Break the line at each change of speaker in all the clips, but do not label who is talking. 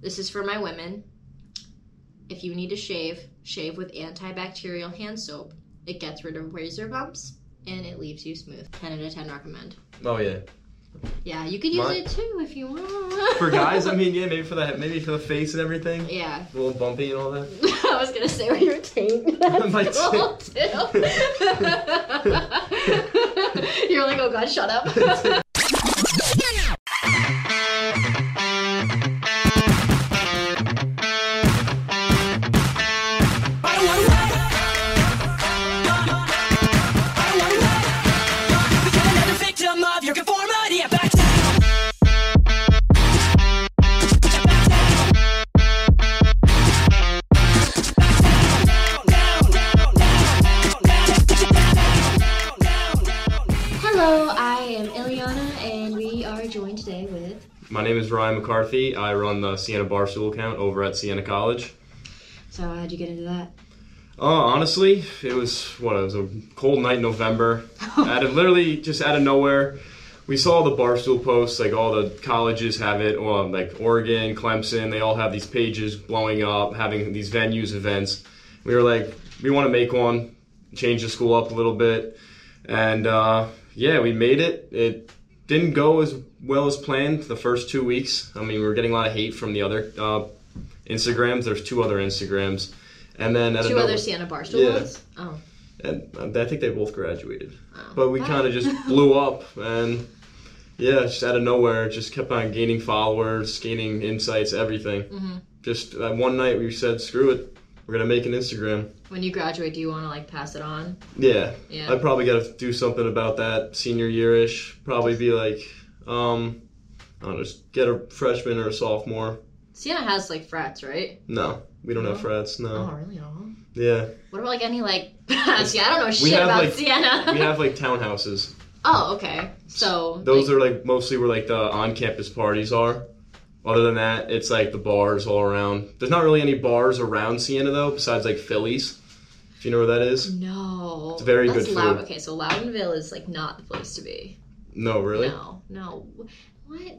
This is for my women. If you need to shave, shave with antibacterial hand soap. It gets rid of razor bumps and it leaves you smooth. 10 out of 10 recommend.
Oh yeah.
Yeah, you could use
Mine-
it too if you want.
For guys, I mean, yeah, maybe for the maybe for the face and everything,
Yeah.
a little bumpy and all that.
I was gonna say with your taint.
My
That's cool too. You're like, oh god, shut up. Hello, I am Ileana, and we are joined today with.
My name is Ryan McCarthy. I run the Siena Barstool account over at Siena College.
So how'd you get into that?
Uh, honestly, it was what it was a cold night in November. out of literally just out of nowhere, we saw the barstool posts. Like all the colleges have it. Um, like Oregon, Clemson, they all have these pages blowing up, having these venues events. We were like, we want to make one, change the school up a little bit, and uh, yeah, we made it. It didn't go as well as planned the first two weeks. I mean, we were getting a lot of hate from the other uh, Instagrams. There's two other Instagrams. And then out of
Two
nowhere-
other Sienna Barstool
Yeah.
ones? Oh.
and um, I think they both graduated.
Oh.
But we
Wow.
kind of just blew up, and yeah, just out of nowhere, it just kept on gaining followers, gaining insights, everything.
Mm-hmm.
Just that one night, we said, "Screw it, we're gonna make an Instagram."
When you graduate, do you want to like pass it on?
Yeah,
Yeah.
I probably got to do something about that senior year ish. Probably be like, um, I don't know, just get a freshman or a sophomore.
Sienna has like frats, right?
No, we don't have
No?
frats. No,
Oh, really? Oh.
yeah,
What about like any like? See, I don't know shit
have,
about
like-
Sienna.
we have like townhouses.
oh, okay. So
Those
like,
are like mostly where like the on-campus parties are. Other than that, it's like the bars all around. There's not really any bars around Siena though, besides like Phillies. If you know where that is.
No.
It's very
That's
good
Loud.
food.
Okay, so Loudonville is like not the place to be.
No, really.
No, no. What?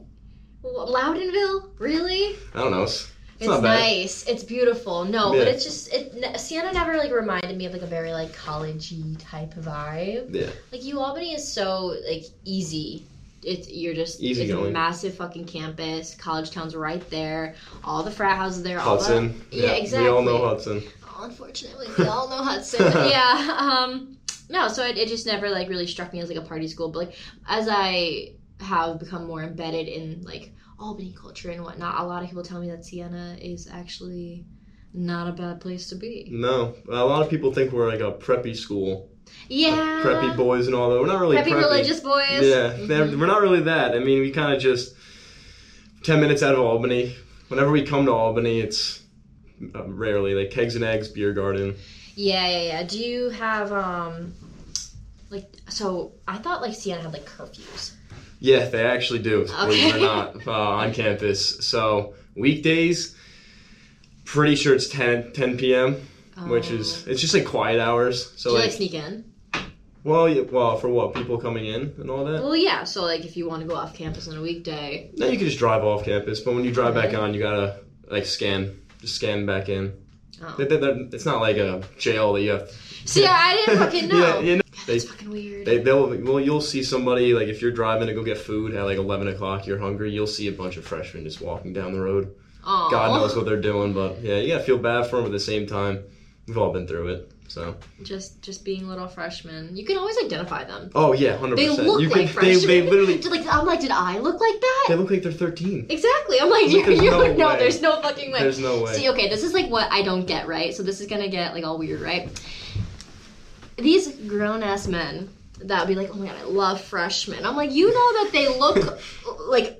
Wh- Loudonville? Really?
I don't know. It's, it's
It's,
not bad.
nice. It's beautiful. No, but
Yeah.
it's just it. ne- Sienna never like reminded me of like a very like collegey type vibe.
Yeah.
Like U Albany is so like easy. It's you're just
Easy
it's a
going.
massive fucking campus. College town's right there. All the frat houses there. all the-
Hudson.
Yeah, exactly.
We all know Hudson.
Oh, unfortunately, we all know Hudson. yeah. Um, no, so it, it just never like really struck me as like a party school. But like as I have become more embedded in like Albany culture and whatnot, a lot of people tell me that Siena is actually not a bad place to be.
No, a lot of people think we're like a preppy school, like,
Yeah.
preppy boys and all that. We're not really
Uh-huh. Preppy religious boys.
Yeah,
Mhm.
they're- we're not really that. I mean, we kind of just ten minutes out of Albany. Whenever we come to Albany, it's uh, rarely like kegs and eggs, beer garden.
Yeah, yeah, yeah. Do you have um like so I thought like Siena had like curfews.
Yeah, they actually do. Believe it
Okay.
or not, uh, on campus. So weekdays, pretty sure it's 10, 10 p.m., which is it's just like quiet hours.
Um, Do
So
you like
like,
sneak in?
well, yeah, well, for what people coming in and all that.
Well, yeah. So like, if you want to go off campus on a weekday,
No, you can just drive off campus, but when you drive back on, you gotta like scan, just scan back in.
Oh.
They- they- they're- It's not like a jail that you have.
See, I didn't fucking know.
yeah, you know, they-
That's fucking weird.
They, they'll well, you'll see somebody like if you're driving to go get food at like eleven o'clock, you're hungry. You'll see a bunch of freshmen just walking down the road.
Aw.
God knows what they're doing, but yeah, you gotta feel bad for them at the same time. We've all been through it, so.
Just, just being little freshmen. You can always identify them.
Oh yeah, hundred
They
percent.
look
You
like
they,
freshmen.
they literally,
Did, like, I'm like, did I look like that?
they look like they're thirteen.
Exactly. I'm like, you,
There's
you
no
no,
way.
there's no fucking way.
There's no way.
See, okay, this is like what I don't get, right? So this is gonna get like all weird, right? These grown ass men that would be like, oh my god, I love freshmen. I'm like, you know that they look like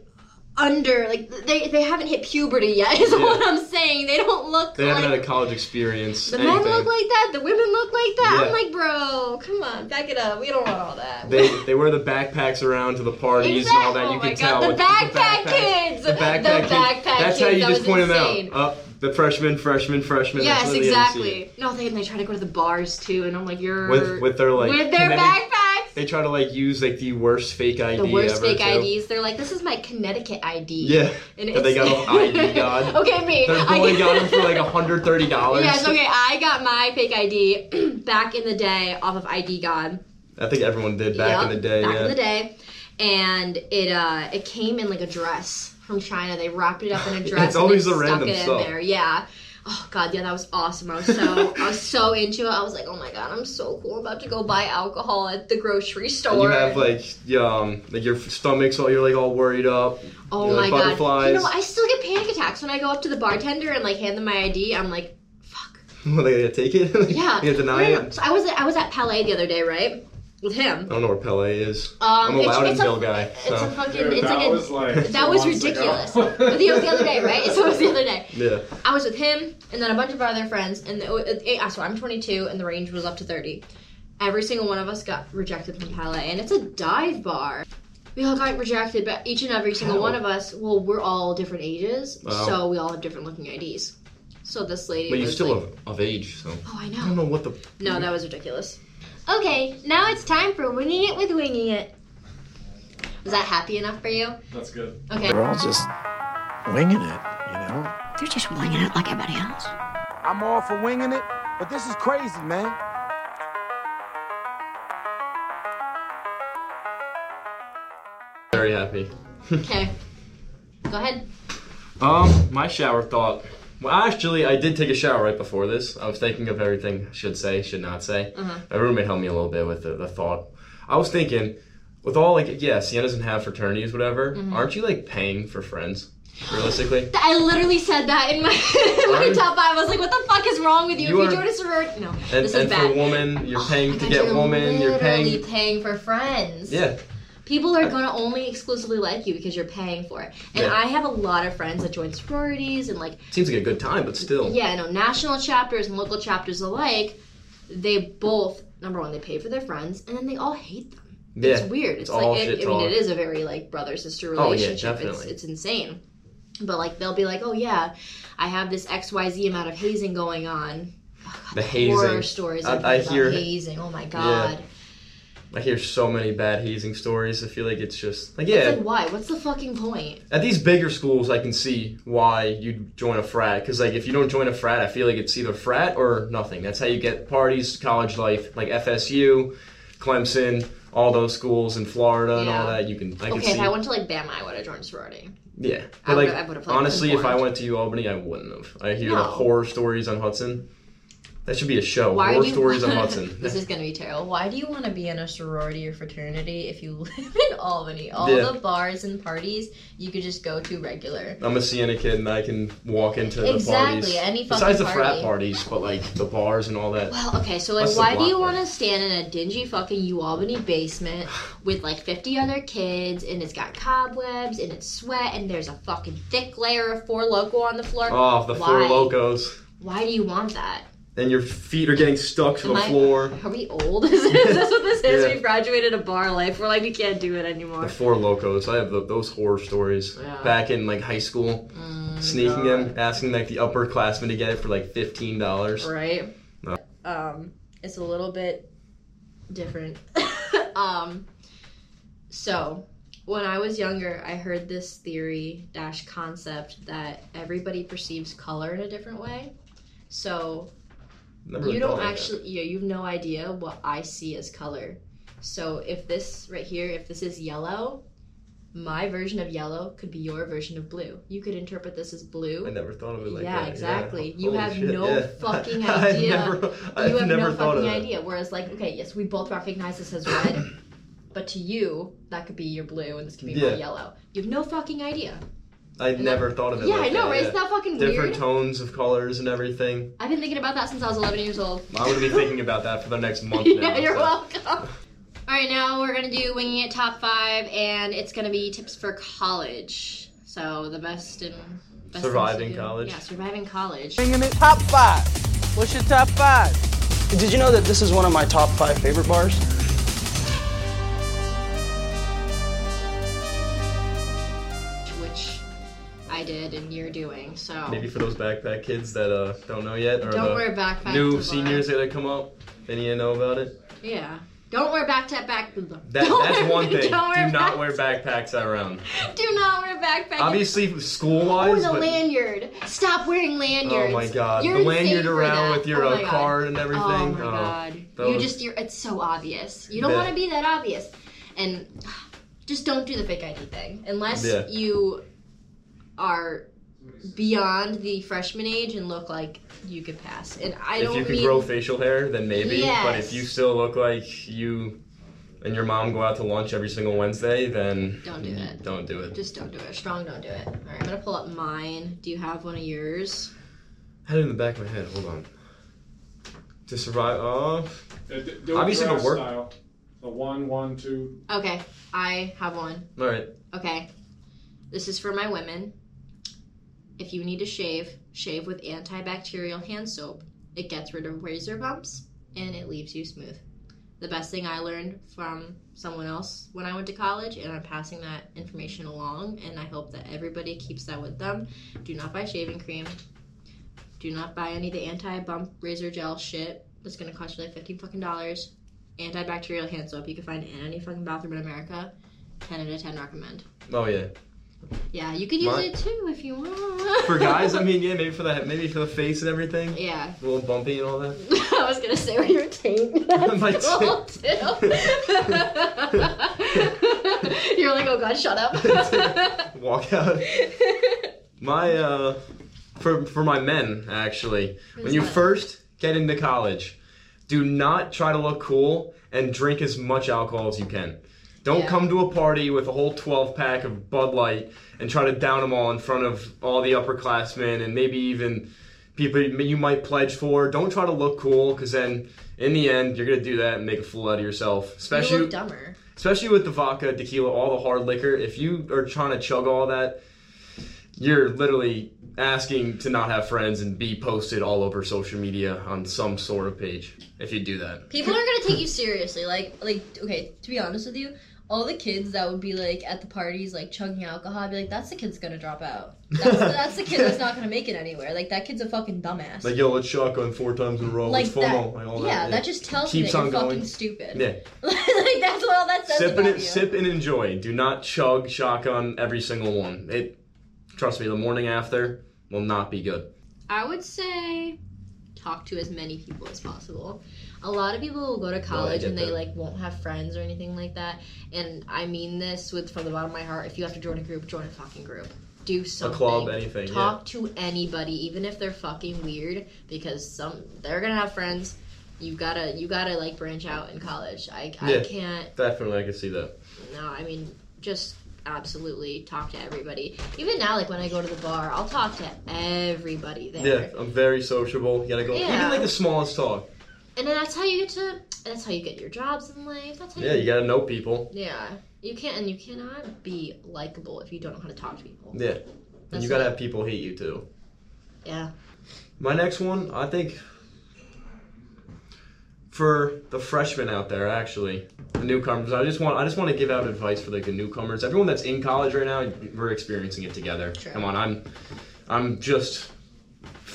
under, like they they haven't hit puberty yet. Is
Yeah.
what I'm saying. They don't look.
They
like,
haven't had a college experience.
the men
anything.
look like that. The women look like that. I'm
Yeah.
like, bro, come on, back it up. We don't want all that.
they they wear the backpacks around to the parties and all that.
Exact-
you
oh
can
my God,
tell
the
with
backpack
the
kids!
The
The
backpack, kids.
backpack
That's how
kids,
you
that
just
was
point
insane.
them out. Up the freshman, freshman, freshman.
yes,
that's literally how you see it.
exactly. No, they, they try to go to the bars too, and I'm like, you're
With with their like
with their
kinetic-
backpacks.
they try to like use like the worst fake ID
the worst
ever.
fake
too.
IDs. They're like, this is my Connecticut ID.
Yeah.
And
That they
it's-
got off ID God.
okay, me.
Their
I-
boy got him for like hundred thirty dollars.
Yes, okay. I got my fake ID back in the day off of ID God.
I think everyone did back
Yep,
in the day.
Back
yeah.
in the day, and it uh, it came in like a dress from China. They wrapped it up in a dress.
It's always
and
the
they stuck
random
it in
stuff.
there. Yeah. Oh god, yeah, that was awesome. I was so I was so into it. I was like, oh my god, I'm so cool. I'm about to go buy alcohol at the grocery store.
And you have like yeah, um like your stomach's all you're like all worried up.
oh
you know,
my god, you
like
know,
butterflies.
I still get panic attacks when I go up to the bartender and like hand them my ID. I'm like, fuck.
Well, they gotta take it.
Yeah.
you gotta deny
Remember-
it.
So I was at, I was at Palais the other day, right? With him.
I don't know where Pele is.
Um,
I'm a
it's- it's a-
Loudonville guy.
It's
So
a fucking.
Dude,
it's
that
like a,
was like
That was
months ago.
ridiculous. I think it was the other day, right? So it was the other day.
yeah,
I was with him and then a bunch of our other friends, and the, uh, so I'm 22, and the range was up to 30. Every single one of us got rejected from Palais, and it's a dive bar. We all got rejected, but each and every single
How?
one of us, well, we're all different ages,
Wow.
so we all have different looking IDs. So this lady.
but you're
was
still
like,
of, of age, so
Oh, I
I don't
know.
know what the.
No, that was ridiculous. Okay, now it's time for winging it with winging it. Was that happy enough for you?
That's good.
Okay.
They're all just winging it, you know?
They're just winging it like everybody else.
I'm all for winging it, but this is crazy, man.
Very happy.
Okay. Go ahead.
Um, my shower thought. Well, actually, I did take a shower right before this. I was thinking of everything I should say, should not say.
Mm-hmm.
My roommate helped me a little bit with the, the thought. I was thinking, with all like, yeah, Sienna doesn't have fraternities, whatever.
Mm-hmm.
Aren't you like paying for friends, realistically?
I literally said that in my, in my
Right?
top five. I was like, what the fuck is wrong with you?
You
if you
are-
join a sorority, no,
And,
this is
and
bad.
for woman, you're paying
Oh
to
my
get
God,
woman. You're
literally
paying.
paying for friends.
Yeah,
People are gonna only exclusively like you because you're paying for it. And
Yeah.
I have a lot of friends that join sororities and like
seems like a good time, but still.
yeah, I know national chapters and local chapters alike. They both number one, they pay for their friends, and then they all hate them.
Yeah.
It's weird. It's,
It's
like
all
it,
shit
I mean,
talk. Oh,
it is a very like brother sister
yeah,
relationship. it's
definitely.
it's insane. But like they'll be like, oh yeah, I have this X Y Z amount of hazing going on. Oh, God,
The hazing.
horror stories.
I-
I've
I
heard about
hear-
hazing. Oh my god.
I hear so many bad hazing stories. I feel like it's just like
It's
yeah.
like why? What's the fucking point?
At these bigger schools, I can see why you'd join a frat. Because like, if you don't join a frat, I feel like it's either frat or nothing. That's how you get parties, college life, like FSU, Clemson, all those schools in Florida and all
Yeah.
that. You can, I can
Okay, if
see.
I went to like Bama, I would have joined a sorority.
yeah,
I
but like,
would've- I would've, like,
honestly, if I
informed.
went to Albany, I wouldn't have. I hear
No.
the horror stories on Hudson. That should be a show.
Why
horror
do you,
stories on Hudson.
this is gonna be terrible. Why do you want to be in a sorority or fraternity if you live in Albany? All
Yeah.
the bars and parties you could just go to regular.
I'm a Sienna kid, and I can walk into
Exactly,
the parties.
any fucking
Besides the frat
party.
parties, but like the bars and all that.
Well, Oh, okay, so like,
What's the
why do
block
you want to
like?
stand in a dingy fucking UAlbany basement with like 50 other kids and it's got cobwebs and it's sweat and there's a fucking thick layer of Four Loco on the floor?
Oh, the four
Why?
locos.
Why do you want that?
and your feet are getting stuck to the
Am I-
floor.
Are we old? is this what this is?
Yeah.
We've graduated a bar life. We're like, we can't do it
The
anymore.
four locos. I have tho- those horror stories
Yeah. Oh
back in like high school, sneaking them, asking like the upperclassmen to get it for like fifteen dollars.
right?
No.
Um, it's a little bit different. um, so when I was younger, I heard this theory dash concept that everybody perceives color in a different way. So you don't actually, yeah, you have no idea what I see as color. So if this right here, if this is yellow, my version of yellow could be your version of blue. You could interpret this as blue.
I never thought of it like
Yeah,
that.
exactly. You
Holy
have
shit,
no
yeah.
fucking
I've
idea.
never, I've
you have
never
no
thought of
fucking
that.
idea. Whereas, like, okay, yes, we both recognize this as red, but to you, that could be your blue, and this could be my
Yeah.
yellow. You have no fucking idea.
I
that-
never thought of it.
yeah,
like
I know,
that,
right?
yeah.
Isn't that fucking
Different
weird?
tones of colors and everything.
I've been thinking about that since I was 11 years old.
I'm gonna be thinking about that for the next month. now,
yeah, you're
so.
welcome. All right, now we're gonna do winging it top five, and it's gonna be tips for college. So the best and best things to
Surviving
do.
college.
Yeah, surviving college.
Winging it. Top five. What's your top five?
Did you know that this is one of my top five favorite bars?
which I did and you're doing. So
Maybe for those backpack kids that uh, don't know yet, or
don't
the
wear backpack.
new
tomorrow.
seniors that have come up, they need to know about it.
Yeah. Don't wear backpack back. That,
That, that's one thing.
Don't wear
Do not
back-
wear backpacks that round.
Do not wear backpack.
Obviously, school
Or
wise.
the lanyard. Stop wearing lanyards.
Oh my god,
You're
the
insane
lanyard
for
around
that.
with your
Oh my
uh,
God.
card and everything. uh,
Oh my god.
that
You
was-
just you're it's so obvious. You don't
Yeah.
want to be that obvious. And just don't do the fake ID thing unless
Yeah.
you are beyond the freshman age and look like you could pass. And I
If
don't
you could
mean
grow facial hair, then maybe. But
Yes.
if you still look like you and your mom go out to lunch every single Wednesday, then
Don't do it.
Don't do it.
just don't do it. Strong, don't do it. All right, I'm gonna pull up mine. Do you have one of yours?
I had it in the back of my head. Hold on. To survive. Oh,
Uh, d- do it
Obviously the
draft
work-
style. The one, one, two.
Okay, I have one.
all right.
Okay. This is for my women. If you need to shave, shave with antibacterial hand soap. It gets rid of razor bumps and it leaves you smooth. The best thing I learned from someone else when I went to college, and I'm passing that information along, and I hope that everybody keeps that with them. Do not buy shaving cream. Do not buy any of the anti-bump razor gel shit that's gonna cost you like 15 fucking dollars. Antibacterial hand soap you can find it in any fucking bathroom in America. 10 out of 10 recommend.
Oh yeah.
Yeah, you could use
My-
it too if you want.
For guys, I mean, yeah, maybe for the maybe for the face and everything,
yeah.
a little bumpy and all that.
I was gonna say with your taint.
My
That's cool too. You're like, oh god, shut up.
Walk out. My uh, for for my men actually. When you
mine?
first get into college, do not try to look cool and drink as much alcohol as you can. Don't
Yeah.
come to a party with a whole 12 pack of Bud Light and try to down them all in front of all the upperclassmen and maybe even people you might pledge for. Don't try to look cool because then in the end you're gonna do that and make a fool out of yourself. Especially
you look dumber.
especially with the vodka, tequila, all the hard liquor. If you are trying to chug all that, you're literally asking to not have friends and be posted all over social media on some sort of page. If you do that,
People aren't gonna take you seriously. Like, like, okay, to be honest with you, all the kids that would be like at the parties, like chugging alcohol, I'd be like, that's the kid's gonna drop out. That's, that's the kid that's not gonna make it anywhere. Like, that kid's a fucking dumbass.
like yo, let's shotgun four times in a row.
Like
It's FOMO. Like all that.
yeah, that just tells you
Keeps
that you're
on going.
fucking stupid.
yeah.
like that's all that says
Sip
about
and it,
you.
sip and enjoy. Do not chug shotgun every single one. It trust me, the morning after will not be good.
I would say talk to as many people as possible. A lot of people will go to college
get
and they
that.
like won't have friends or anything like that. And I mean this with from the bottom of my heart. If you have to join a group, join a fucking group. Do something.
club, anything, yeah.
Talk to anybody, even if they're fucking weird, because some they're gonna have friends. You gotta you gotta like branch out in college. I I
Yeah.
can't
Definitely, I can see that.
no, I mean, just absolutely talk to everybody. Even now, like when I go to the bar, I'll talk to everybody there.
Yeah, I'm very sociable. You gotta go.
Yeah.
Even like the smallest talk.
And then that's how you get to. That's how you get your jobs in life. That's how
Yeah, you gotta know people.
yeah. You can't and you cannot be likable if you don't know how to talk to people.
Yeah. And
That's
you gotta
it.
have people hate you too.
Yeah.
My next one, I think for the freshmen out there, actually, the newcomers, I just want I just want to give out advice for like the newcomers. Everyone that's in college right now, we're experiencing it together.
Sure.
Come on, I'm I'm just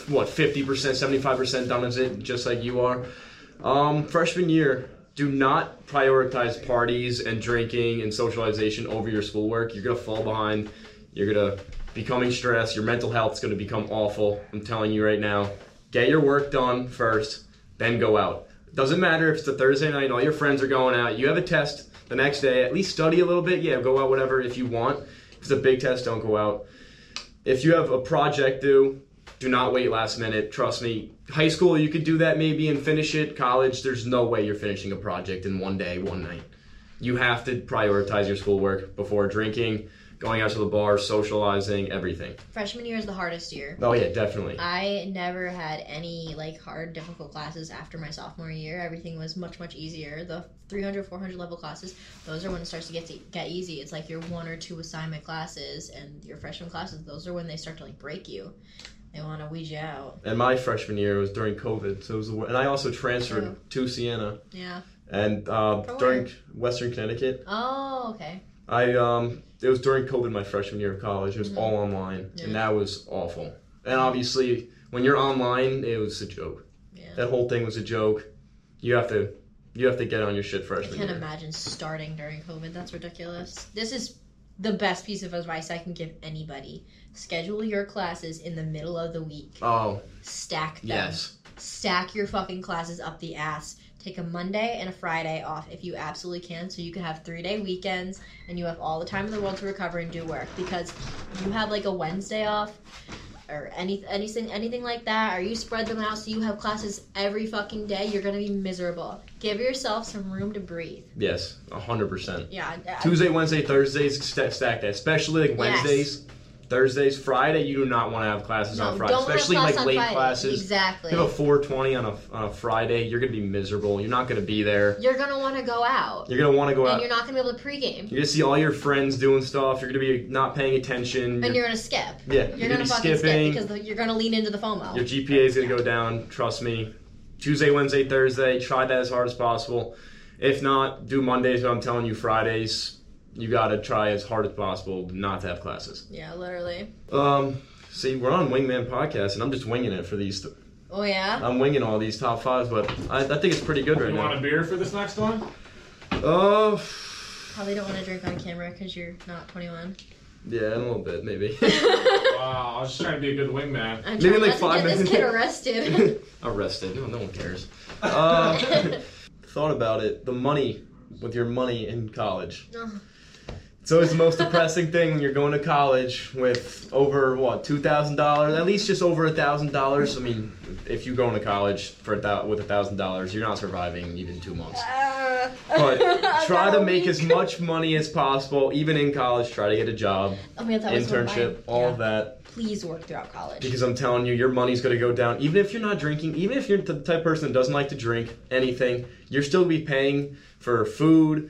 what, fifty percent, seventy five percent done as it, just like you are. Um, freshman year, do not prioritize parties and drinking and socialization over your schoolwork. You're gonna fall behind. You're gonna becoming stressed. Your mental health's gonna become awful. I'm telling you right now. Get your work done first, then go out. Doesn't matter if it's a Thursday night, all your friends are going out. You have a test the next day. At least study a little bit. Yeah, go out whatever if you want. If it's a big test, don't go out. If you have a project due, do not wait last minute. Trust me. High school, you could do that maybe and finish it. College, there's no way you're finishing a project in one day, one night. You have to prioritize your schoolwork before drinking, going out to the bar, socializing, everything.
Freshman year is the hardest year.
Oh, yeah, definitely.
I never had any like hard difficult classes after my sophomore year. Everything was much much easier. The 300 400 level classes, those are when it starts to get to get easy. It's like your one or two assignment classes and your freshman classes, those are when they start to like break you. They want to weed you out.
And my freshman year was during COVID, so it was the wor- and I also transferred
Oh.
to Siena
Yeah.
and uh,
For
during
where?
Western Connecticut.
Oh, okay.
I um, it was during COVID, my freshman year of college. It was all online,
Yeah.
and that was awful. And obviously, when you're online, it was a joke.
Yeah.
That whole thing was a joke. You have to You have to get on your shit
I
freshman
can't
year.
imagine starting during COVID. That's ridiculous. This is the best piece of advice I can give anybody. Schedule your classes in the middle of the week.
Oh,
Stack them.
yes.
Stack your fucking classes up the ass. Take a Monday and a Friday off if you absolutely can, so you can have three day weekends and you have all the time in the world to recover and do work. Because you have like a Wednesday off or any anything anything like that, or you spread them out so you have classes every fucking day, you're gonna be miserable. Give yourself some room to breathe.
Yes. 100%.
Yeah. I-
Tuesday, Wednesday, Thursdays, st- stack that. Especially like Wednesdays, Thursdays, Friday. You do not want to have classes
No,
on Friday,
don't wanna have
especially
class
like
on
late
Friday.
classes.
Exactly.
You have a 420 on a, on a Friday. You're gonna be miserable. You're not gonna be there.
You're gonna want to go out,
You're gonna want to go
and
out.
you're not gonna be able to pregame,
You're gonna see all your friends doing stuff. You're gonna be not paying attention.
and
Your-
you're gonna skip.
yeah,
You're gonna
be
fucking
skipping.
skip because the, you're gonna lean into the FOMO.
Your GPA is going to go down, trust me. Tuesday, Wednesday, Thursday, try that as hard as possible. If not, do Mondays, but I'm telling you, Fridays, you got to try as hard as possible not to have classes.
yeah, literally.
Um, see, we're on Wingman Podcast, and I'm just winging it for these.
Oh yeah.
I'm winging all these top fives, but I, I think it's pretty good right
You want a
now.
beer for this next one?
Oh,
Probably don't want to drink on camera because you're not 21.
yeah, in a little bit, maybe.
Wow, Uh, I was just trying to be a good wingman.
I'm
Maybe
trying
like
not
five
to get this
minutes.
kid arrested.
Arrested. No, no one cares. Uh, thought about it. The money with your money in college.
Ugh.
It's always the most depressing thing when you're going to college with over what two thousand dollars, at least just over a thousand dollars. I mean, if you go into college for a thou- with a thousand dollars, you're not surviving even two months.
Uh,
But try to make as much money as possible, even in college. Try to get a job,
oh man, that was one of mine.
internship, all
Yeah.
of that.
Please work throughout college.
Because I'm telling you, your money's gonna go down. Even if you're not drinking, even if you're the type of person that doesn't like to drink anything, you're still be paying for food,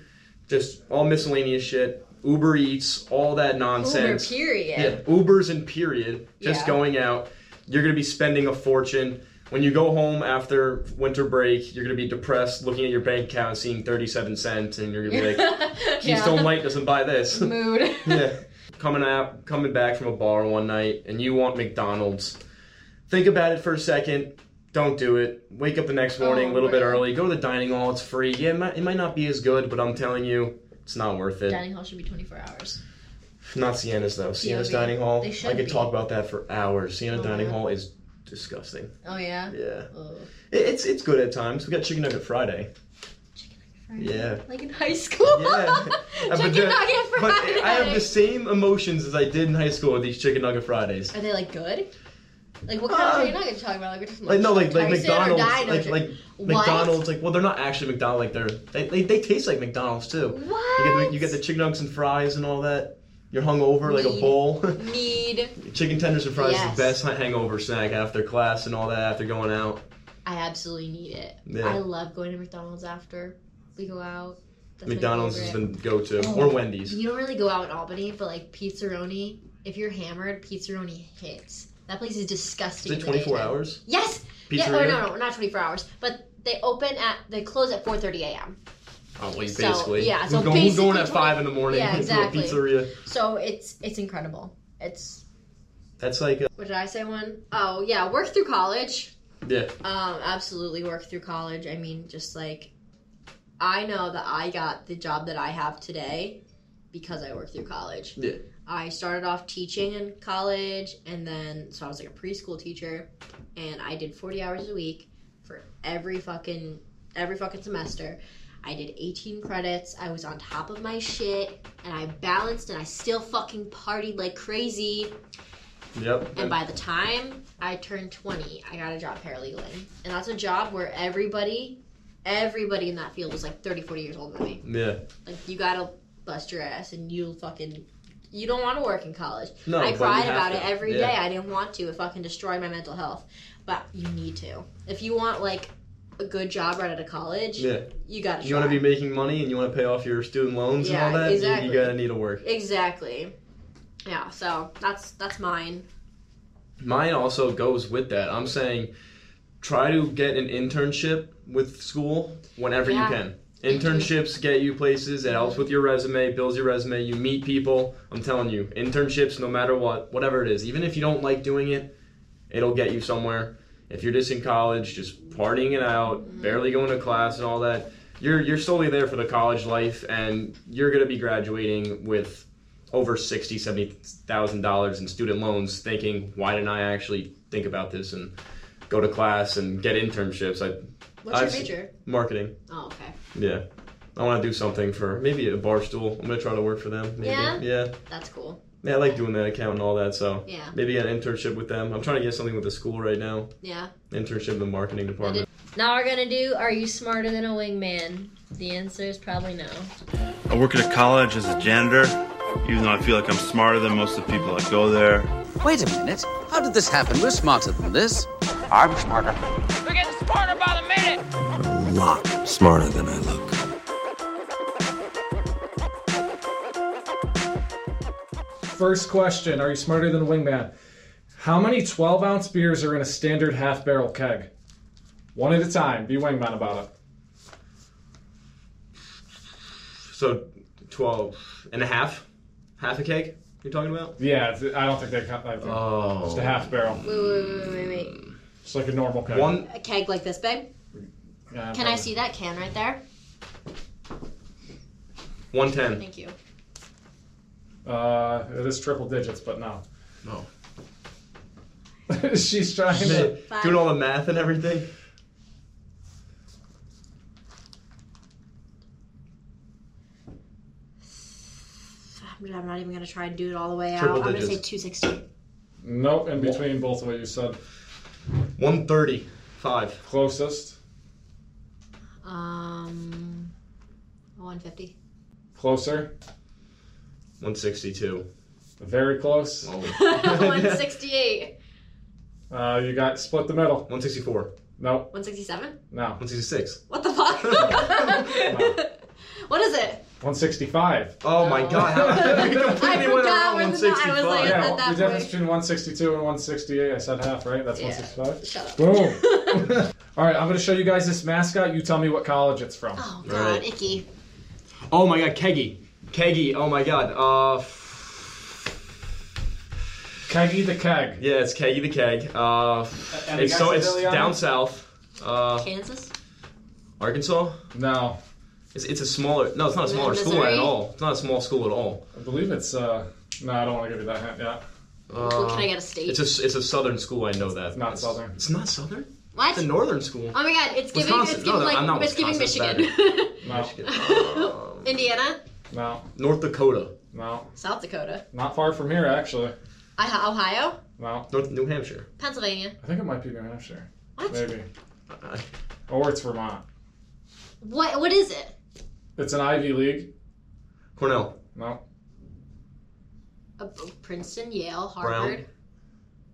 just all miscellaneous shit, Uber Eats, all that
Uber,
nonsense.
period.
Yeah, Ubers and period. Just
Yeah.
going out, you're gonna be spending a fortune. When you go home after winter break, you're gonna be depressed, looking at your bank account, and seeing 37 cents, and you're gonna be like, Keystone Light doesn't buy this.
Mood.
yeah. Coming out, coming back from a bar one night, and you want McDonald's. Think about it for a second. Don't do it. Wake up the next morning
Oh,
a little bit
right.
early. Go to the dining hall. It's free. Yeah, it might, it might not be as good, but I'm telling you, it's not worth it.
Dining hall should be 24 hours.
Not Sienna's though. Sienna's
Yeah, we-
dining hall.
they
I
should
could
be.
talk about that for hours. Sienna
Oh,
dining
yeah.
hall is disgusting.
Oh yeah.
Yeah,
Ugh.
It- it's it's good at times. We got chicken nugget Friday. Yeah.
Like in high school.
Yeah. Uh,
Chicken
the-
nugget
but
Friday.
I have the same emotions as I did in high school with these chicken nugget Fridays.
Are they like good? Like what kind of
Uh,
chicken nugget are you talking about? Like, just
Like no, like like
Tyson or
McDonald's,
Dino
like
chicken?
like
What?
McDonald's, like well they're not actually McDonald's, like they're they, they, they taste like McDonald's too. You get
What?
the, you get the chicken nuggets and fries and all that. You're hungover like a
Mean.
bowl.
Need.
chicken tenders and fries
Yes.
is the best hangover snack after class and all that after going out.
I absolutely need it.
Yeah.
I love going to McDonald's after we go out. That's my
McDonald's has
favorite.
been go to
Oh.
or Wendy's.
You don't really go out in Albany, but like Pizzeroni. If you're hammered, Pizzeroni hits. That place is disgusting.
Is it
in the
24
daytime.
hours?
Yes.
Pizzeria?
Yeah. Or no, no, not 24 hours. But they open at they close at 4:30 a.m.
Oh, well,
So,
basically.
yeah,
Who's
so
going, who's going
basically
at 5 in the morning
Yeah, exactly.
to a pizzeria?
So it's it's incredible. It's
That's like, uh,
what did I say one? Oh yeah, work through college.
yeah.
Um, absolutely work through college. I mean, just like I know that I got the job that I have today because I worked through college.
Yeah.
I started off teaching in college and then so I was like a preschool teacher and I did 40 hours a week for every fucking every fucking semester. I did 18 credits. I was on top of my shit and I balanced and I still fucking partied like crazy.
Yep.
And by the time I turned 20, I got a job paralegaling. And that's a job where everybody, everybody in that field was like 30, 40 years older than me.
yeah.
Like, you gotta bust your ass and you'll fucking. You don't want to work in college.
No, but
I
you
cried
have
about
to.
it every day.
Yeah.
I didn't want to. It fucking destroyed my mental health. But you need to. If you want, like, a good job right out of college,
Yeah.
you gotta
You want to
try.
be making money and you want to pay off your student loans
Yeah,
and all that? you-
exactly.
You, got to need to work.
Exactly. Yeah, so that's that's mine.
Mine also goes with that. I'm saying try to get an internship with school whenever
Yeah.
you can. Internships get you places. It helps with your resume, builds your resume. You meet people. I'm telling you, internships, no matter what, whatever it is, even if you don't like doing it, it'll get you somewhere. If you're just in college, just partying it out, barely going to class and all that, you're you're solely there for the college life, and you're going to be graduating with over sixty, seventy thousand dollars in student loans. Thinking, why didn't I actually think about this and go to class and get internships? I
What's
I've
your
seen-
major?
marketing.
Oh, okay.
Yeah, I want to do something for maybe a bar stool. I'm going to try to work for them. Maybe.
Yeah?
Yeah.
That's cool.
Yeah, I like doing that account and all that. So
Yeah.
maybe get an internship with them. I'm trying to get something with the school right now.
Yeah.
Internship in the marketing department.
Now we're gonna do Are You Smarter Than a Wingman? The answer is probably no.
I work at a college as a janitor, even though I feel like I'm smarter than most of the people that go there.
Wait a minute. How did this happen? We're smarter than this.
I'm smarter.
A lot smarter than I look.
First question Are you smarter than a wingman? How many 12 ounce beers are in a standard half barrel keg? One at a time. Be wingman about it.
So 12 and a half? Half a cake you're talking about?
Yeah, it's- I don't think they count. I think.
Oh.
Just a half barrel.
Wait, wait, wait, wait, wait.
Just like a normal keg.
One.
A keg like this big? Can
Oh.
Yeah,
I
probably.
see that can right there?
110.
Thank you.
Uh, it is triple digits, but no.
No.
She's trying to.
Five.
Doing all the math and everything.
I'm I'm not even gonna try and do it all the way out.
Triple
I'm gonna say
digits.
260.
Nope, in between both of what you said.
135.
Closest.
Um, 150.
Closer.
162.
Very close.
Oh.
168.
Uh, you got split the middle.
164.
Nope.
167?
No.
166.
What the fuck? what is it?
165.
Oh my god. How, we completely went
forgot
around
where the- I was
165.
like-
Yeah,
that
the
way.
difference between 162 and 168. I said half, right? That's
Yeah.
165.
Shut up.
Boom. All right, I'm gonna show you guys this mascot. You tell me what college it's from.
Oh, God,
Right.
icky.
Oh my god, Keggy. Keggy, oh my god. Uh,
Keggy the Keg.
yeah, it's Keggy the Keg. Uh,
And
it's
the
so
guy's
it's
really on
down
it?
south. Uh,
Kansas?
Arkansas.
No,
It's, it's a smaller. No, it's not a smaller school
Missouri?
at all. It's not a small school at all.
I believe it's. uh No, I don't want to give you that hint. Yeah,
Well, can I get a state?
Uh, It's a it's a southern school. I know that. It's
not southern.
It's not southern.
what?
It's a northern school.
oh, my God, it's giving,
Wisconsin.
it's giving,
No,
like,
I'm not
it's giving
Wisconsin,
Michigan.
it's
no,
Um,
Indiana?
no,
North Dakota.
no.
South Dakota?
Not far from here, actually.
I- Ohio?
No,
North New Hampshire.
Pennsylvania?
I think it might be New Hampshire,
What?
maybe,
Uh,
or it's Vermont.
What? What is it?
It's an Ivy League.
Cornell.
No,
Uh, Princeton, Yale, Harvard.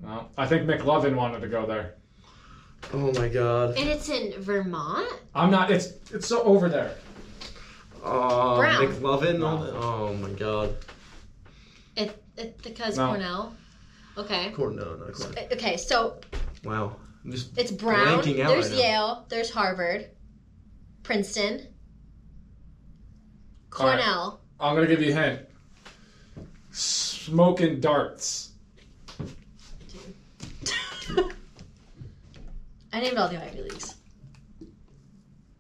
no. I think McLovin wanted to go there.
Oh my God.
And it's in Vermont?
I'm not. It's it's so over there.
Uh,
Brown.
McLovin. all that- Oh my God.
It, it, because
No.
Cornell? Okay.
Cornell. Not Cornell.
Uh, Okay, so
Wow. I'm just
It's Brown.
Blanking out
There's
right now.
Yale. There's Harvard. Princeton.
All right.
Cornell.
I'm gonna give you a hint. Smoking darts.
I named all the Ivy Leagues.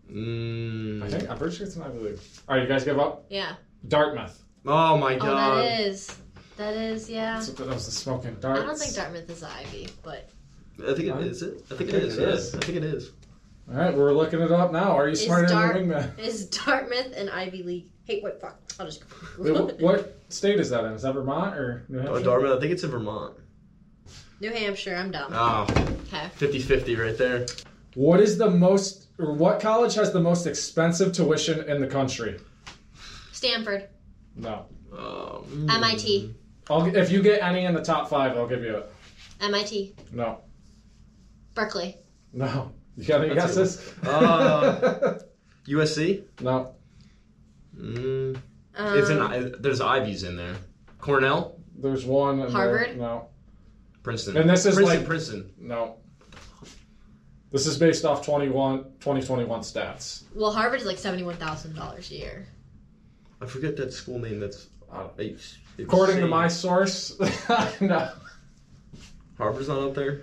I
Mm.
think I'm pretty sure it's an Ivy League. All right, you guys give up.
Yeah.
Dartmouth.
Oh my
Oh,
God.
that is. That is, yeah.
That's what- That was the smoking
I
darts.
don't think Dartmouth is Ivy, but
I think it
Huh?
is. It. I think
I
it
think
is.
it
Yes.
is.
I think it is.
All right, we're looking it up now. Are you
Is
smarter
dart-
than a wingman?
is Dartmouth an Ivy League? Hey, wait, fuck. I'll just.
Wait,
Google
wh-
it.
what state is that in? Is that Vermont or New Hampshire?
Oh, Dartmouth. I think it's in Vermont.
New Hampshire. I'm dumb.
Oh,
Okay.
50-50 right there.
What is the most, or what college has the most expensive tuition in the country?
Stanford.
No.
Um,
MIT.
I'll, if you get any in the top five, I'll give you it.
MIT.
No.
Berkeley.
No. You got any
That's
guesses?
Uh, USC.
no.
Mm,
Um,
it's an I- there's Ivies in there. Cornell,
There's one. in there.
Harvard?
No.
Princeton.
And this is
Princeton,
like-
Princeton.
No. This is based off 21, 2021 stats.
well, Harvard is like seventy-one thousand dollars a year.
I forget that school name. That's
Uh,
it's, it's
According to
insane.
my source, no.
Harvard's not up there.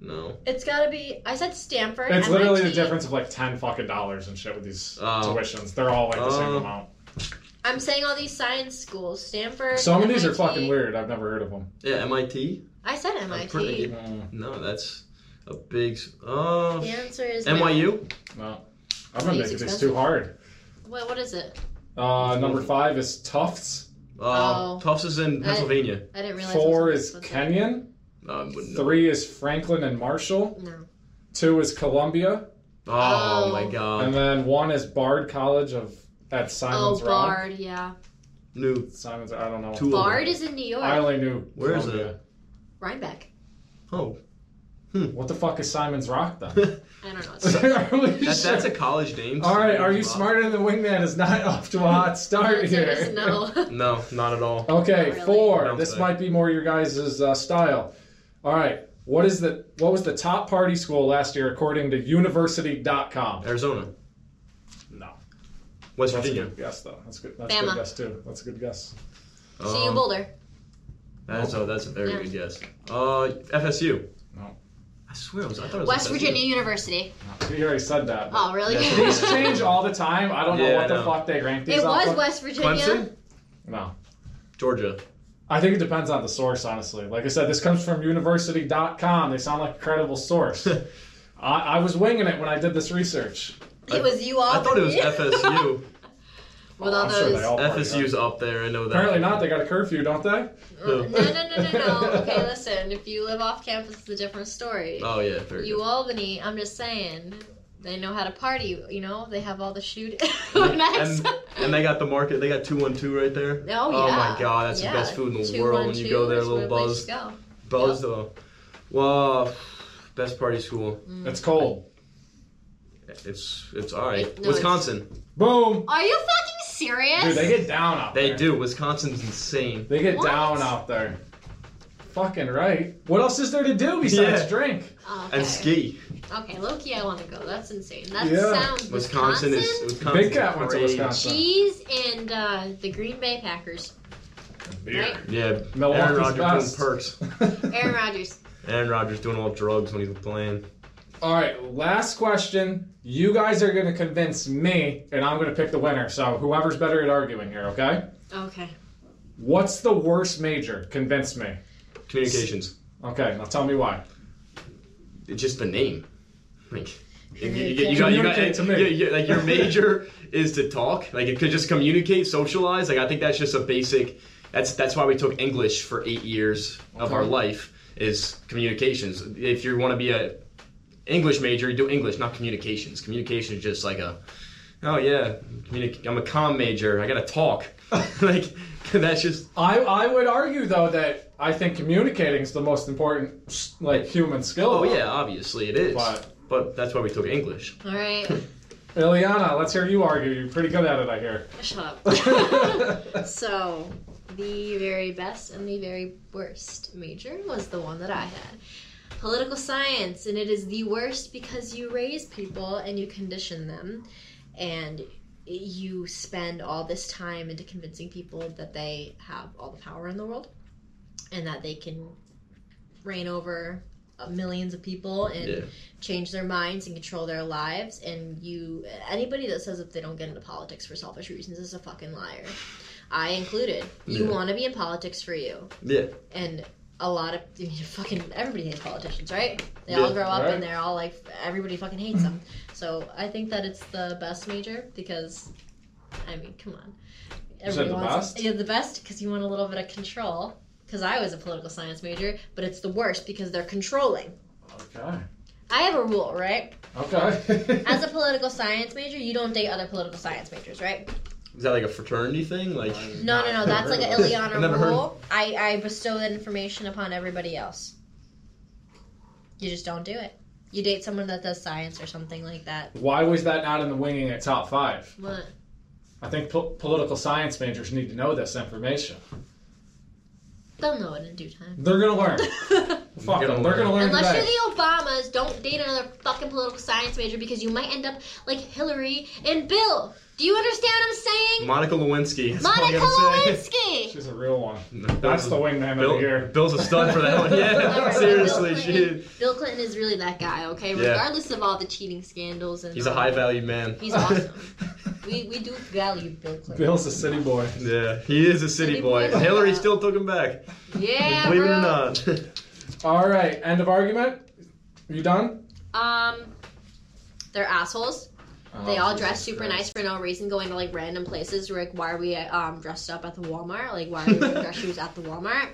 No.
It's gotta be. I said Stanford.
It's literally the
MIT.
difference of like ten fucking dollars and shit with these
Oh.
tuitions. They're all like the same
Oh.
amount.
I'm saying all these science schools. Stanford.
Some of these are
MIT.
fucking weird. I've never heard of them.
Yeah, MIT.
I said
pretty-
MIT.
No, that's a big. s- Oh.
The answer is
NYU.
No, I'm gonna make
These
these
expensive.
too hard.
What, what is it?
Uh, number five is Tufts.
Uh,
Oh.
Tufts is in Pennsylvania.
I didn't realize.
Four
it was-
is
what's it?
Kenyon.
Um, wouldn't know.
Three is Franklin and Marshall.
No.
Two is Columbia,
Oh,
Oh.
my God.
and then one is Bard College of at
Oh,
Simon's Rock.
Bard. Yeah.
New.
Simon's, I don't know.
Two of
Bard
them.
is in New York.
I only knew.
Where is
Columbia.
Rhinebeck.
Oh,
What the fuck is Simon's Rock then?
I don't know. It's
that,
that's,
that's a college name.
All right, are you
Wow.
smarter than the wingman? Is not off to a hot
the
start
answer
here.
is no.
No, not at all.
Okay,
Not really.
four.
Don't
This
say.
might be more your guys' uh, style. All right, what is the what was the top party school last year according to University.com?
Arizona.
No,
West
that's a
Virginia.
good guess though. That's good. That's a
Bama.
good guess too. That's a good guess.
See you,
Um,
Boulder.
That's a, that's a very good guess. Uh, FSU.
No.
I swear, it was, I thought it was
West
FSU.
Virginia University.
You already said that. but-
Oh, really?
Yeah.
These change all the time. I don't know
Yeah,
what
I
the
know.
fuck they rank these.
it
off
was
of.
West Virginia.
Clemson?
No.
Georgia.
I think it depends on the source, honestly. Like I said, this comes from university.com. They sound like a credible source. I, I was winging it when I did this research.
It was you all.
I thought it was
Oh
FSU.
With all
I'm sure
those.
they all party
FSU's
up.
up there. I know that.
Apparently not. They got a curfew, don't they?
no, no, no, no, no. Okay, listen. If you live off campus, it's a different story.
Oh yeah, very
You
good.
Albany, I'm just saying, they know how to party. You know, they have all the shoot. nice.
And, and they got the market. They got two one two right there.
Oh,
Oh
yeah.
my god, that's
Yeah.
the best food in the
Two,
world.
one,
when you
two
go there,
is where
little
places
buzz,
Go.
buzz though. Well, best party school.
Mm.
It's cold.
It's it's all right.
no,
Wisconsin.
Boom.
Are you fucking serious?
Dude, they get down out
They
there.
do. Wisconsin's insane.
They get
What?
down out there. Fucking right. What else is there to do besides
Yeah.
drink?
Oh, okay.
And ski.
Okay, low key, I want to go. That's insane. That
Yeah.
sounds
Wisconsin,
Wisconsin,
is Wisconsin.
Big Cat went to Wisconsin.
Cheese and uh, the Green Bay Packers, right?
Yeah,
Milwaukee's
Aaron Rodgers
best.
doing perks.
Aaron Rodgers.
Aaron Rodgers doing all drugs when he's playing.
All right, last question. You guys are going to convince me, and I'm going to pick the winner. So whoever's better at arguing here, okay?
Okay.
What's the worst major? Convince me.
Communications.
Okay, now tell me why.
It's just the name. Like, you, you, you got, you got,
Communicate to me.
you- you- like your major is to talk. Like it could just communicate, socialize. Like I think that's just a basic. That's that's why we took English for eight years of our
Okay.
life is communications. If you want to be a English major, you do English, not communications. Communication is just like a, oh yeah, communic- I'm a com major. I gotta talk. like that's just
I, I would argue though that I think communicating is the most important like human skill.
Oh yeah, obviously it is.
But-
But, that's why we took English.
All right.
Ileana, let's hear you argue. You're pretty good at it, I hear.
Shut up. so, the very best and the very worst major was the one that I had political science, and it is the worst because you raise people and you condition them, and you spend all this time into convincing people that they have all the power in the world and that they can reign over uh, millions of people and
Yeah.
change their minds and control their lives and you anybody that says that they don't get into politics for selfish reasons is a fucking liar i included you
Yeah.
want to be in politics for you
Yeah.
and a lot of I mean, fucking everybody hates politicians right they
Yeah,
all grow up
right.
and they're all like everybody fucking hates them so i think that it's the best major because i mean come on
said the
wants
best?
yeah the best because you want a little bit of control because i was a political science major but it's the worst because they're controlling
Okay.
i have a rule right
Okay.
as a political science major, you don't date other political science majors, right?
Is that like a fraternity thing? Like
No, no, no. That's like an Ileana
I've never heard
rule. I, I bestow that information upon everybody else. You just don't do it. You date someone that does science or something like that.
Why was that not in the winging at top five?
What?
I think po- political science majors need to know this information.
They'll know it in due time.
They're gonna learn.
Get
Fuck them.
them.
They're gonna learn
Unless
today.
you're the Obamas, don't date another fucking political science major because you might end up like Hillary and Bill. Do you understand what I'm saying?
Monica Lewinsky. That's all I
Monica
gotta say.
Lewinsky.
She's a real one.
Bill's
That's
a-
the wingman
Bill,
of the year.
Bill's a stud for that one. Yeah, seriously,
Bill
she
Clinton, Bill Clinton is really that guy, okay?
Yeah.
Regardless of all the cheating scandals and
He's a
all
high
that.
value man.
He's awesome. we we do value Bill Clinton.
Bill's a city boy.
Yeah, he is a city
City
boy.
boy.
Hillary still took him back.
Yeah,
Believe it
bro.
or not.
All right, end of argument. You done?
Um, they're assholes. They all dress super
Oh, Christ.
nice for no reason, going to like random places. We're Like, why are we um, dressed up at the Walmart? Like, why are we wearing our shoes at the Walmart?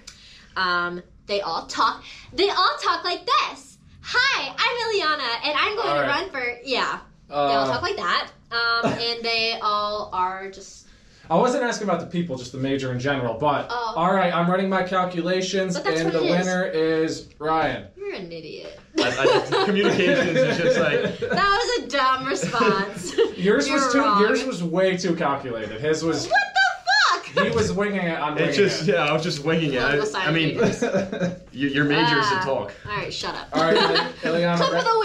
Um, they all talk. They all talk like this. Hi, I'm Ileana, and I'm going
All
to run
right.
for yeah. They all
Uh,
talk like that. Um, and they all are just.
I wasn't asking about the people, just the major in general. But
Oh.
all right, I'm running my calculations,
But that's
and
what
the
it is.
winner is Ryan.
You're an idiot.
I, I, communications is just like
That was a dumb response.
Yours
You're
was too.
wrong.
Yours was way too calculated. His was.
What the fuck?
He was winging it on winging
it's just
it.
yeah. I was just winging it. I,
Political science
I mean,
majors.
you, your major is to
Ah.
talk.
All right, shut up.
All right, Ileana.
Clip of the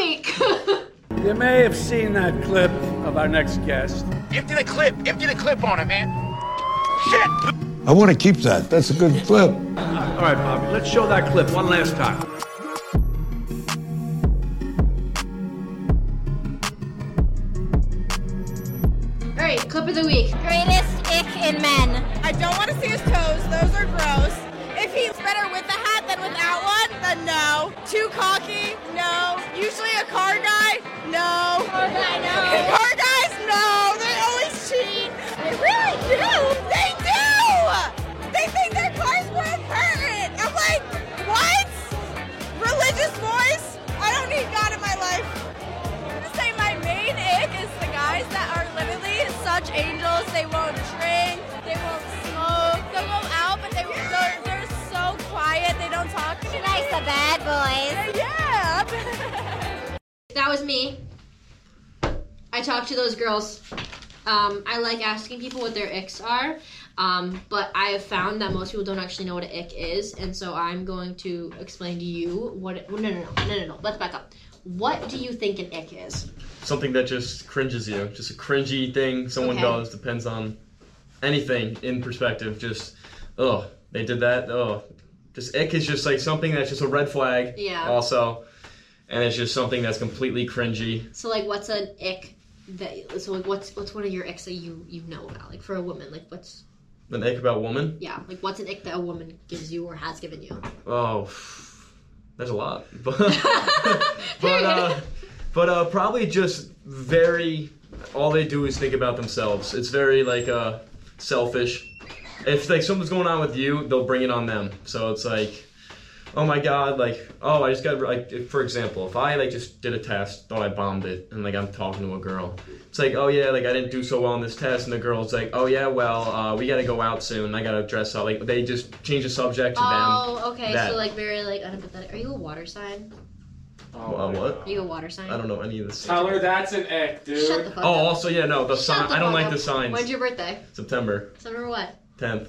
week.
You may have seen that clip of our next guest.
Empty the clip. Empty the clip on it, man. Shit.
I want to keep that. That's a good clip.
All right, Bobby, let's show that clip one last time.
All right, clip of the week.
Greatest ick in men. I don't want to see his toes. Those are gross. If he's better with a hat than without one, then no. Too cocky? No. Usually a car guy? No. Car guy, no. car guys? No. They always cheat. They really do. They do. They think their car's more important. I'm like, what? Religious voice? I don't need God in my life to say my main ick is the guys that are literally such angels. They won't drink, they won't smoke, they'll go out, but they they're, they're so quiet. They don't talk. She likes the bad boys. Yeah.
That was me. I talked to those girls. Um, I like asking people what their icks are, um, but I have found that most people don't actually know what an ick is, and so I'm going to explain to you what. It, no, no, no, no, no, no. Let's back up. What do you think an ick is?
Something that just cringes you. Just a cringy thing someone
Okay.
does. Depends on anything in perspective. Just oh, they did that. Oh, just ick is just like something that's just a red flag.
Yeah.
Also, and it's just something that's completely cringy.
So, like, what's an ick? That so, like, what's what's one of your icks that you you know about? Like, for a woman, like, what's
An ick about woman.
yeah, like, what's an ick that a woman gives you or has given you?
Oh, there's a lot, but but, uh, but uh, probably just very. All they do is think about themselves. It's very like uh, selfish. If like something's going on with you, they'll bring it on them. So it's like, oh my god, like oh I just got like if- for example, if I like just did a test, thought I bombed it, and like I'm talking to a girl, it's like oh yeah, like I didn't do so well on this test, and the girl's like oh yeah, well uh, we gotta go out soon, I gotta dress up. Like they just change the subject to them.
Oh, okay.
that-
So, like, very like unempathetic. Are you a water sign?
Oh,
Uh, what?
Are you a water sign?
I don't know any of this.
Tell her that's an ick, dude.
Shut the fuck
Oh,
up.
also yeah, no, the sign.
Shut the
I don't
fuck
like
up.
the signs.
When's your birthday?
September
September what?
10th.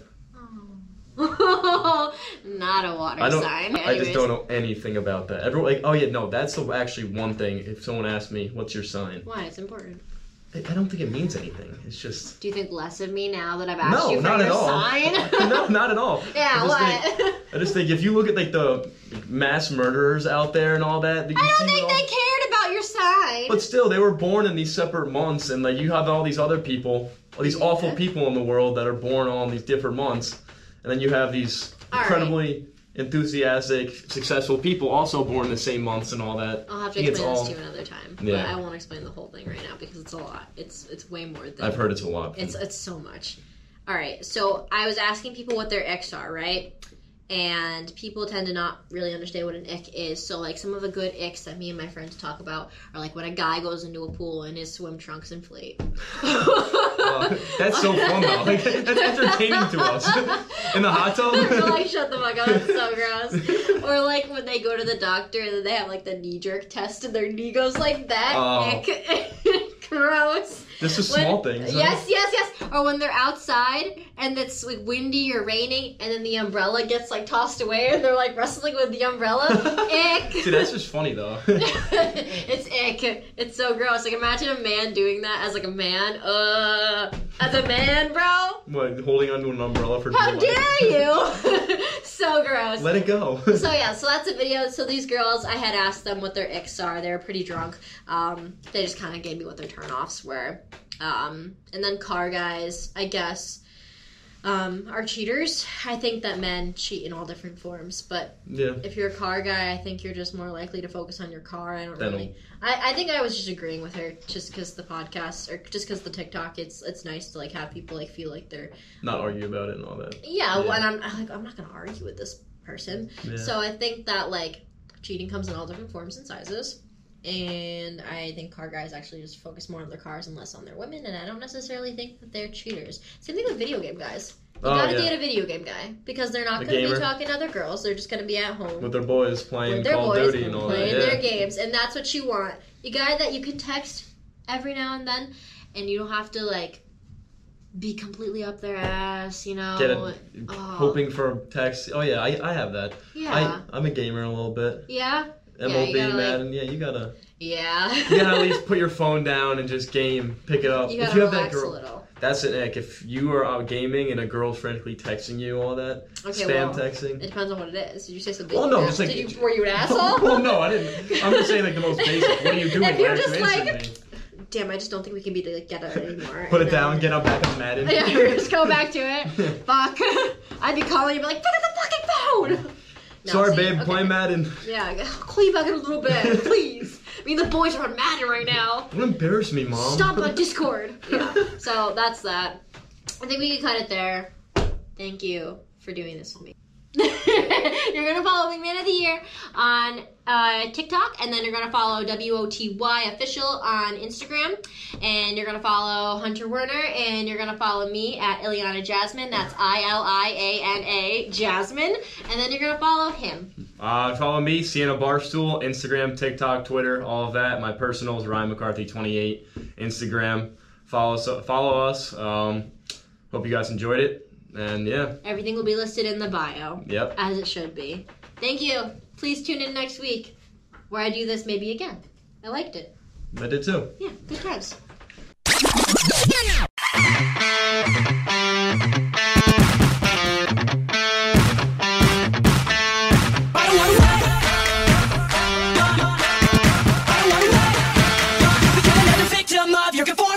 Not a water
I don't.
sign.
I just don't know anything about that. Everyone like, oh yeah, no, that's the, actually one thing. If someone asks me, what's your sign?
Why? It's important.
I, I don't think it means anything. It's just
Do you think less of me now that I've asked
no,
you for
not
your
at all.
sign?
no, not at all.
Yeah,
I just
what?
Think, I just think if you look at like the mass murderers out there and all that, that you
I
see
don't think
all-
they cared about your sign.
But still, they were born in these separate months, and like you have all these other people, all these awful people in the world that are born on these different months, and then you have these
All right.
incredibly enthusiastic, successful people also born the same months and all that.
I'll have to
I think it's
explain this
all-
to you another time. But
Yeah.
I won't explain the whole thing right now because it's a lot. It's it's way more than
I've heard it's a lot.
It's it's so much. All right, so I was asking people what their icks are, right? And people tend to not really understand what an ick is. So like some of the good icks that me and my friends talk about are like when a guy goes into a pool and his swim trunks inflate.
Uh, That's so fun though. Like, that's entertaining to us in the hot
We're
tub.
like, shut the fuck up, it's so gross. or like when they go to the doctor and then they have like the knee jerk test and their knee goes like that.
Oh.
Ick. gross.
this is
When-
small things. huh?
Yes, yes, yes. or when they're outside and it's like windy or raining, and then the umbrella gets like tossed away, and they're like wrestling with the umbrella. ick.
See, that's just funny though.
it's ick. It's so gross. Like imagine a man doing that as like a man. Uh, as a man, bro.
what, holding onto an umbrella for
How
dear life.
dare you? so gross.
Let it go.
so yeah, so that's a video. So these girls, I had asked them what their icks are. They were pretty drunk. Um, they just kind of gave me what their turnoffs were. Um, and then car guys, I guess, um, are cheaters. I think that men cheat in all different forms, but
yeah.
if you're a car guy, I think you're just more likely to focus on your car. I don't
That'll-
really. I, I think I was just agreeing with her, just because the podcast or just because the TikTok. It's it's nice to like have people like feel like they're
Not argue about it and all that.
yeah,
Yeah.
Well, and I'm, I'm like, I'm not gonna argue with this person.
Yeah.
So I think that like cheating comes in all different forms and sizes. And I think car guys actually just focus more on their cars and less on their women. And I don't necessarily think that they're cheaters. Same thing with video game guys. You
Oh,
gotta
yeah.
date a video game guy because they're not
A
gonna
gamer.
be talking to other girls. They're just gonna be at home
With their boys playing
with their
Call of
boys
Duty and all that.
playing
Yeah.
their games, and that's what you want. You guy that you can text every now and then, and you don't have to like be completely up their ass, you know.
Get it,
Oh.
hoping for text. Oh yeah, I, I have that.
Yeah.
I, I'm a gamer a little bit.
yeah. Yeah, you
MLB
gotta, like-
Madden. yeah, you gotta
Yeah.
you gotta at least put your phone down and just game, pick it up.
You
if
gotta
you have that
relax a
girl,
little.
that's an ick. If you are out gaming and a girl frantically texting you all that
Okay, well,
spam texting.
It depends on what it is. Did you say something?
Well, Oh, no,
Yeah.
just like-
Did you, were you an asshole?
well, no, I didn't. I'm just saying like the most basic. What are you doing?
If
Why
you're
aren't
just like-
answering me?
Damn, I just don't think we can be together anymore.
put it
No.
down, get up back on Madden.
Yeah, just go back to it. Fuck. I'd be calling you, be like, pick up the fucking phone. No,
Sorry,
see,
babe,
okay.
play Madden.
Yeah, I'll call you back in a little bit, please. I mean, the boys are on Madden right now.
Don't embarrass me, mom.
Stop on Discord. Yeah. So that's that. I think we can cut it there. Thank you for doing this with me. you're gonna follow Wingman of the Year on uh, TikTok, and then you're gonna follow WOTY official on Instagram, and you're gonna follow Hunter Werner, and you're gonna follow me at Iliana Jasmine. That's I L I A N A Jasmine, and then you're gonna follow him.
Uh, follow me, Sienna Barstool, Instagram, TikTok, Twitter, all of that. My personal is Ryan McCarthy28, Instagram. Follow us. Follow us. Um, hope you guys enjoyed it. And yeah,
Everything will be listed in the bio.
yep.
as it should be. Thank you. Please tune in next week where I do this maybe again. I liked it.
I did too.
Yeah, good times.
victim of your conformity.